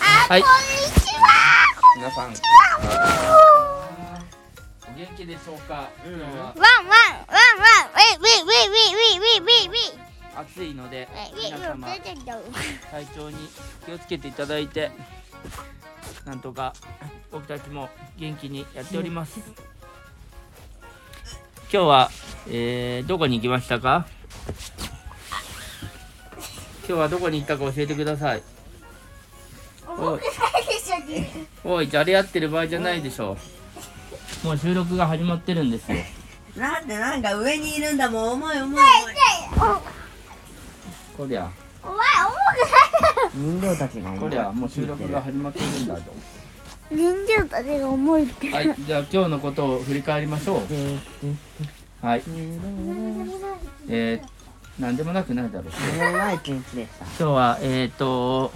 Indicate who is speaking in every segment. Speaker 1: はい
Speaker 2: 皆さんお元気でしょうか、今日は
Speaker 3: ワンワンワンワンウェイウェイウェイウェイウェイウェイウェイウェイ
Speaker 2: 暑いので
Speaker 3: ウェイ
Speaker 2: 皆様
Speaker 3: 出てきた
Speaker 2: 体調に気をつけていただいてなんとか僕たちも元気にやっております今日は、えーどこに行きましたか今日はどこに行ったか教えてくださいおいおいじゃれ合ってる場合じゃないでしょうもう収録が始まってるんですよ
Speaker 4: なんでなんか上にいるんだもん重い重い重
Speaker 2: こりゃ
Speaker 3: お前
Speaker 4: い人形たちが
Speaker 2: こりゃもう収録が始まってるんだと
Speaker 3: 重くない人形たちが重いって
Speaker 2: はい、じゃあ今日のことを振り返りましょう。はい。えー、なんでもなくないだろう。
Speaker 4: 長い一日でした
Speaker 2: 今日は、えっ、ー、と、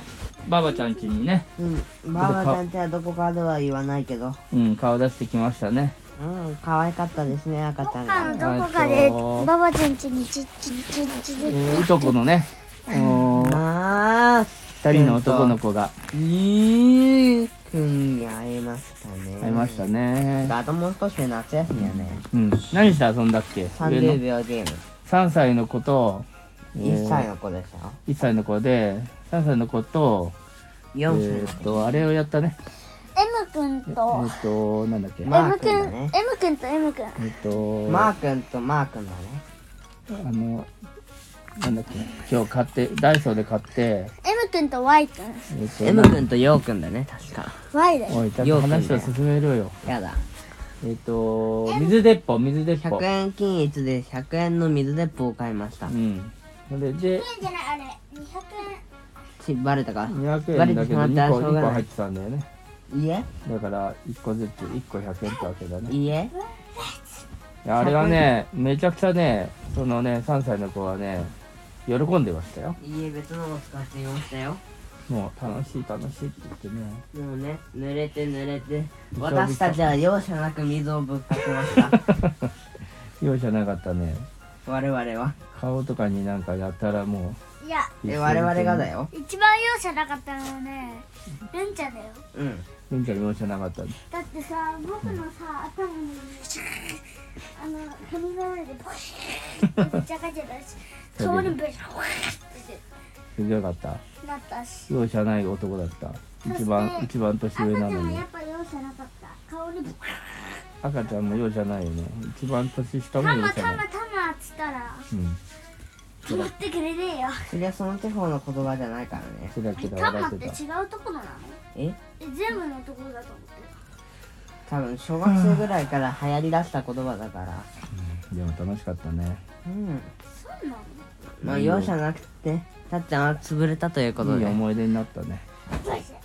Speaker 2: ばばちゃん家にね、
Speaker 4: うんばあばちゃんちはどこかでは言わないけど
Speaker 2: うん、顔出してきましたね。
Speaker 4: うん可愛かったですね赤ちゃんが
Speaker 3: どこかでババちゃん家にちっちっちっちっ
Speaker 2: えーいとこのね、おー
Speaker 4: ああ
Speaker 2: 二人の男の子が
Speaker 4: いいくんに会えましたね
Speaker 2: 会いましたね。
Speaker 4: あともう少しで夏休みやね
Speaker 2: うん、何して遊んだっけ上
Speaker 4: 30
Speaker 2: の
Speaker 4: 秒ゲーム
Speaker 2: 3歳の子と、えー
Speaker 4: 1歳の子でしたよ
Speaker 2: 一歳の子で、3歳の子と、え
Speaker 4: 4
Speaker 2: ー、
Speaker 4: 歳
Speaker 2: っと、あれをやったね。
Speaker 3: M 君
Speaker 2: え
Speaker 3: と
Speaker 2: ーっと、なんだっけ。え
Speaker 4: ま
Speaker 3: M 君 M 君と M 君
Speaker 2: ーっと、
Speaker 4: マー君とマー君だね
Speaker 2: あの、なんだっけ、今日買って、ダイソーで買って、
Speaker 3: M 君と Y 君
Speaker 2: えっと
Speaker 4: M 君とヨウ君だね確か
Speaker 3: Y だよ
Speaker 2: おい、ちゃんと話を進めろよ。
Speaker 4: やだ
Speaker 2: えっと、水鉄砲、水鉄砲
Speaker 4: 100。円均一で100円の水鉄砲を買いました
Speaker 2: うん。それで、
Speaker 3: じゃないあれ200
Speaker 4: ちバレたか
Speaker 2: 200
Speaker 4: バ
Speaker 2: 円
Speaker 4: レ
Speaker 2: だ
Speaker 4: てし
Speaker 2: けど
Speaker 4: まっ
Speaker 2: 2
Speaker 4: たらし
Speaker 2: 個、
Speaker 4: ょう
Speaker 2: 1個
Speaker 4: がな
Speaker 2: 入っ
Speaker 4: い
Speaker 2: てたんだよね。
Speaker 4: いいえ
Speaker 2: だから、1個ずつ、1個100円ってわけだね。
Speaker 4: いいえ
Speaker 2: いやあれはね、めちゃくちゃね、そのね、3歳の子はね、喜んでましたよ。
Speaker 4: いいえ別のを使ってみましたよ
Speaker 2: もう、楽しい、楽しいって言ってね。
Speaker 4: でもね濡れて濡れて
Speaker 2: びしょ
Speaker 4: 私たちは容赦なく水をぶっかけました
Speaker 2: 容赦なかったね。
Speaker 4: 我々は
Speaker 2: 顔とかになんかやたらも
Speaker 3: いや
Speaker 2: う。
Speaker 4: え我々がだ。よ
Speaker 3: 一番容赦なかったのはねルンちゃんだよ
Speaker 4: うん
Speaker 2: 全然容赦なかったね。
Speaker 3: だってさ僕のさ頭にあの髪の上でポシッってぶっちゃかけたし 顔にぶっちゃか
Speaker 2: すごかった。
Speaker 3: てなったし
Speaker 2: 容赦ない男だった一番一番年
Speaker 3: 赤
Speaker 2: 上
Speaker 3: ち
Speaker 2: な
Speaker 3: ゃ
Speaker 2: の
Speaker 3: んは
Speaker 2: に
Speaker 3: やっぱ容赦なかった顔にぶっ
Speaker 2: 赤ちゃんも容赦ないよね一番年下も
Speaker 3: た
Speaker 2: 容
Speaker 3: ま
Speaker 2: 赦
Speaker 3: た
Speaker 2: な
Speaker 3: ま
Speaker 2: い、
Speaker 3: たまっつったら
Speaker 2: うん、
Speaker 3: 止まってくれねえよ
Speaker 4: そりゃその地方の言葉じゃないからね
Speaker 2: キラキラ
Speaker 3: タマ
Speaker 2: 笑
Speaker 3: っ
Speaker 2: ってて
Speaker 3: 違
Speaker 2: た
Speaker 3: うところなの
Speaker 4: え
Speaker 3: え全部のところだと思ってる
Speaker 4: 多分小学生ぐらいから流行りだした言葉だから
Speaker 2: でも楽しかったね
Speaker 4: うん
Speaker 3: そうなの
Speaker 4: まあ容赦なくてたっちゃんは潰れたということ
Speaker 2: いい
Speaker 4: で
Speaker 2: 思い出になったね
Speaker 3: どうして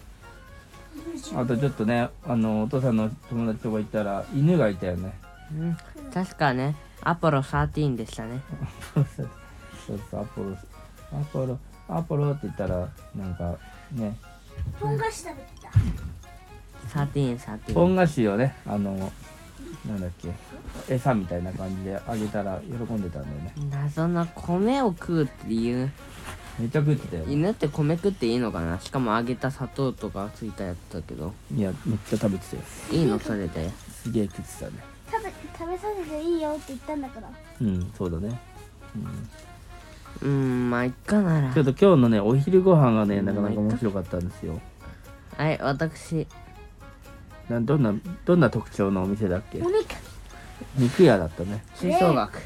Speaker 2: あとちょっとねあのお父さんの友達とか行ったら犬がいたよね
Speaker 4: うん確かねアポロ13でしたね
Speaker 2: そうそうアポロアポロアポロって言ったらなんかね
Speaker 3: ポン菓子食べてた
Speaker 4: 13、13
Speaker 2: 本菓子をねあのなんだっけ餌みたいな感じであげたら喜んでたんだよね
Speaker 4: 謎の米を食うっていう
Speaker 2: めっちゃ食ってたよ
Speaker 4: 犬って米食っていいのかなしかも揚げた砂糖とかついたやつだけど
Speaker 2: いやめっちゃ食べてたよ
Speaker 4: いいのそれです
Speaker 2: げえ食ってたね
Speaker 3: 食べ食べさせていいよって言ったんだから
Speaker 2: うんそうだね
Speaker 4: うーんまあいっかなら
Speaker 2: ちょっと今日のねお昼ご飯がねなかなか面白かったんですよ
Speaker 4: はい私
Speaker 2: などんなどんな特徴のお店だっけ
Speaker 3: お肉
Speaker 2: 肉屋だったね
Speaker 4: 吹奏楽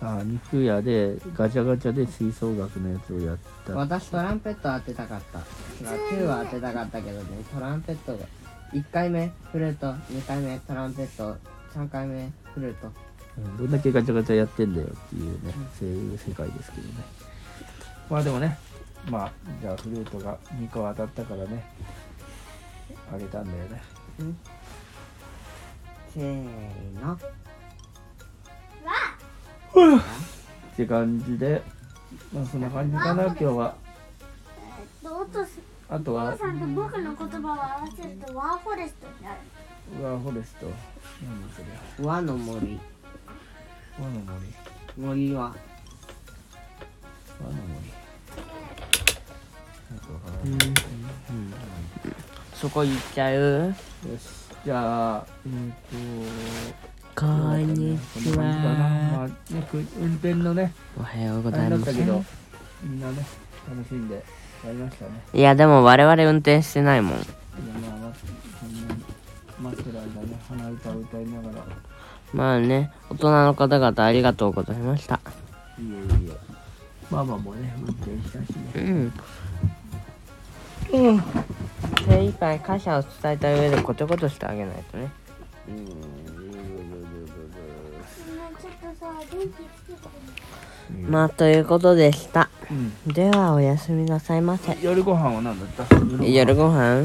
Speaker 2: あー肉屋でガチャガチャで吹奏楽のやつをやった
Speaker 4: 私トランペット当てたかったチューは当てたかったけどねトランペットが1回目フルート2回目トランペット3回目フルート
Speaker 2: うんどんだけガチャガチャやってんだよっていうねそういう世界ですけどねまあでもねまあじゃあフルートが2個当たったからねあげたんだよね
Speaker 4: せーの
Speaker 2: って感じでまあそんな感じかな今日は
Speaker 3: お父さん
Speaker 2: あと
Speaker 3: お
Speaker 2: は
Speaker 3: 父さんと僕の言葉を合わせるとワーフォレストになる
Speaker 2: ワーフォレスト。何それ。
Speaker 4: 和の森
Speaker 2: 和の森。
Speaker 4: 森は
Speaker 2: 和の森。なんかわから
Speaker 4: うん
Speaker 2: ない。
Speaker 4: そこ行っちゃう
Speaker 2: よしじゃあえっ、
Speaker 4: ことんにち
Speaker 2: こんな感じかなま
Speaker 4: は
Speaker 2: あねく運転のね
Speaker 4: おはようご
Speaker 2: 大
Speaker 4: ざ
Speaker 2: 変だ
Speaker 4: いま
Speaker 2: った
Speaker 4: す
Speaker 2: けどみんなね楽しんでやりましたね
Speaker 4: いやでも我々運転してないも
Speaker 2: い
Speaker 4: ん
Speaker 2: やまあまそんな待ってる間ね鼻歌を歌いながら
Speaker 4: まあね大人の方々ありがとうございました
Speaker 2: いえいえママもね運転したしね
Speaker 4: うんうん精一杯感謝を伝えた上でコテコテしてあげないとね
Speaker 3: ちょっとさ、電気つけて
Speaker 4: まあということでした
Speaker 2: うん
Speaker 4: ではおやすみなさいませ
Speaker 2: 夜ご飯は何だった
Speaker 4: 夜ご飯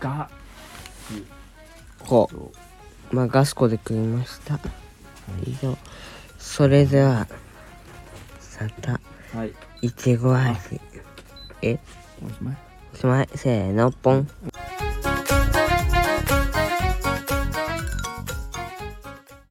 Speaker 2: が
Speaker 4: こうまあガスコで食いました以上それではさた
Speaker 2: はい
Speaker 4: いちご味え
Speaker 2: おしまい
Speaker 4: おしまいせーのポン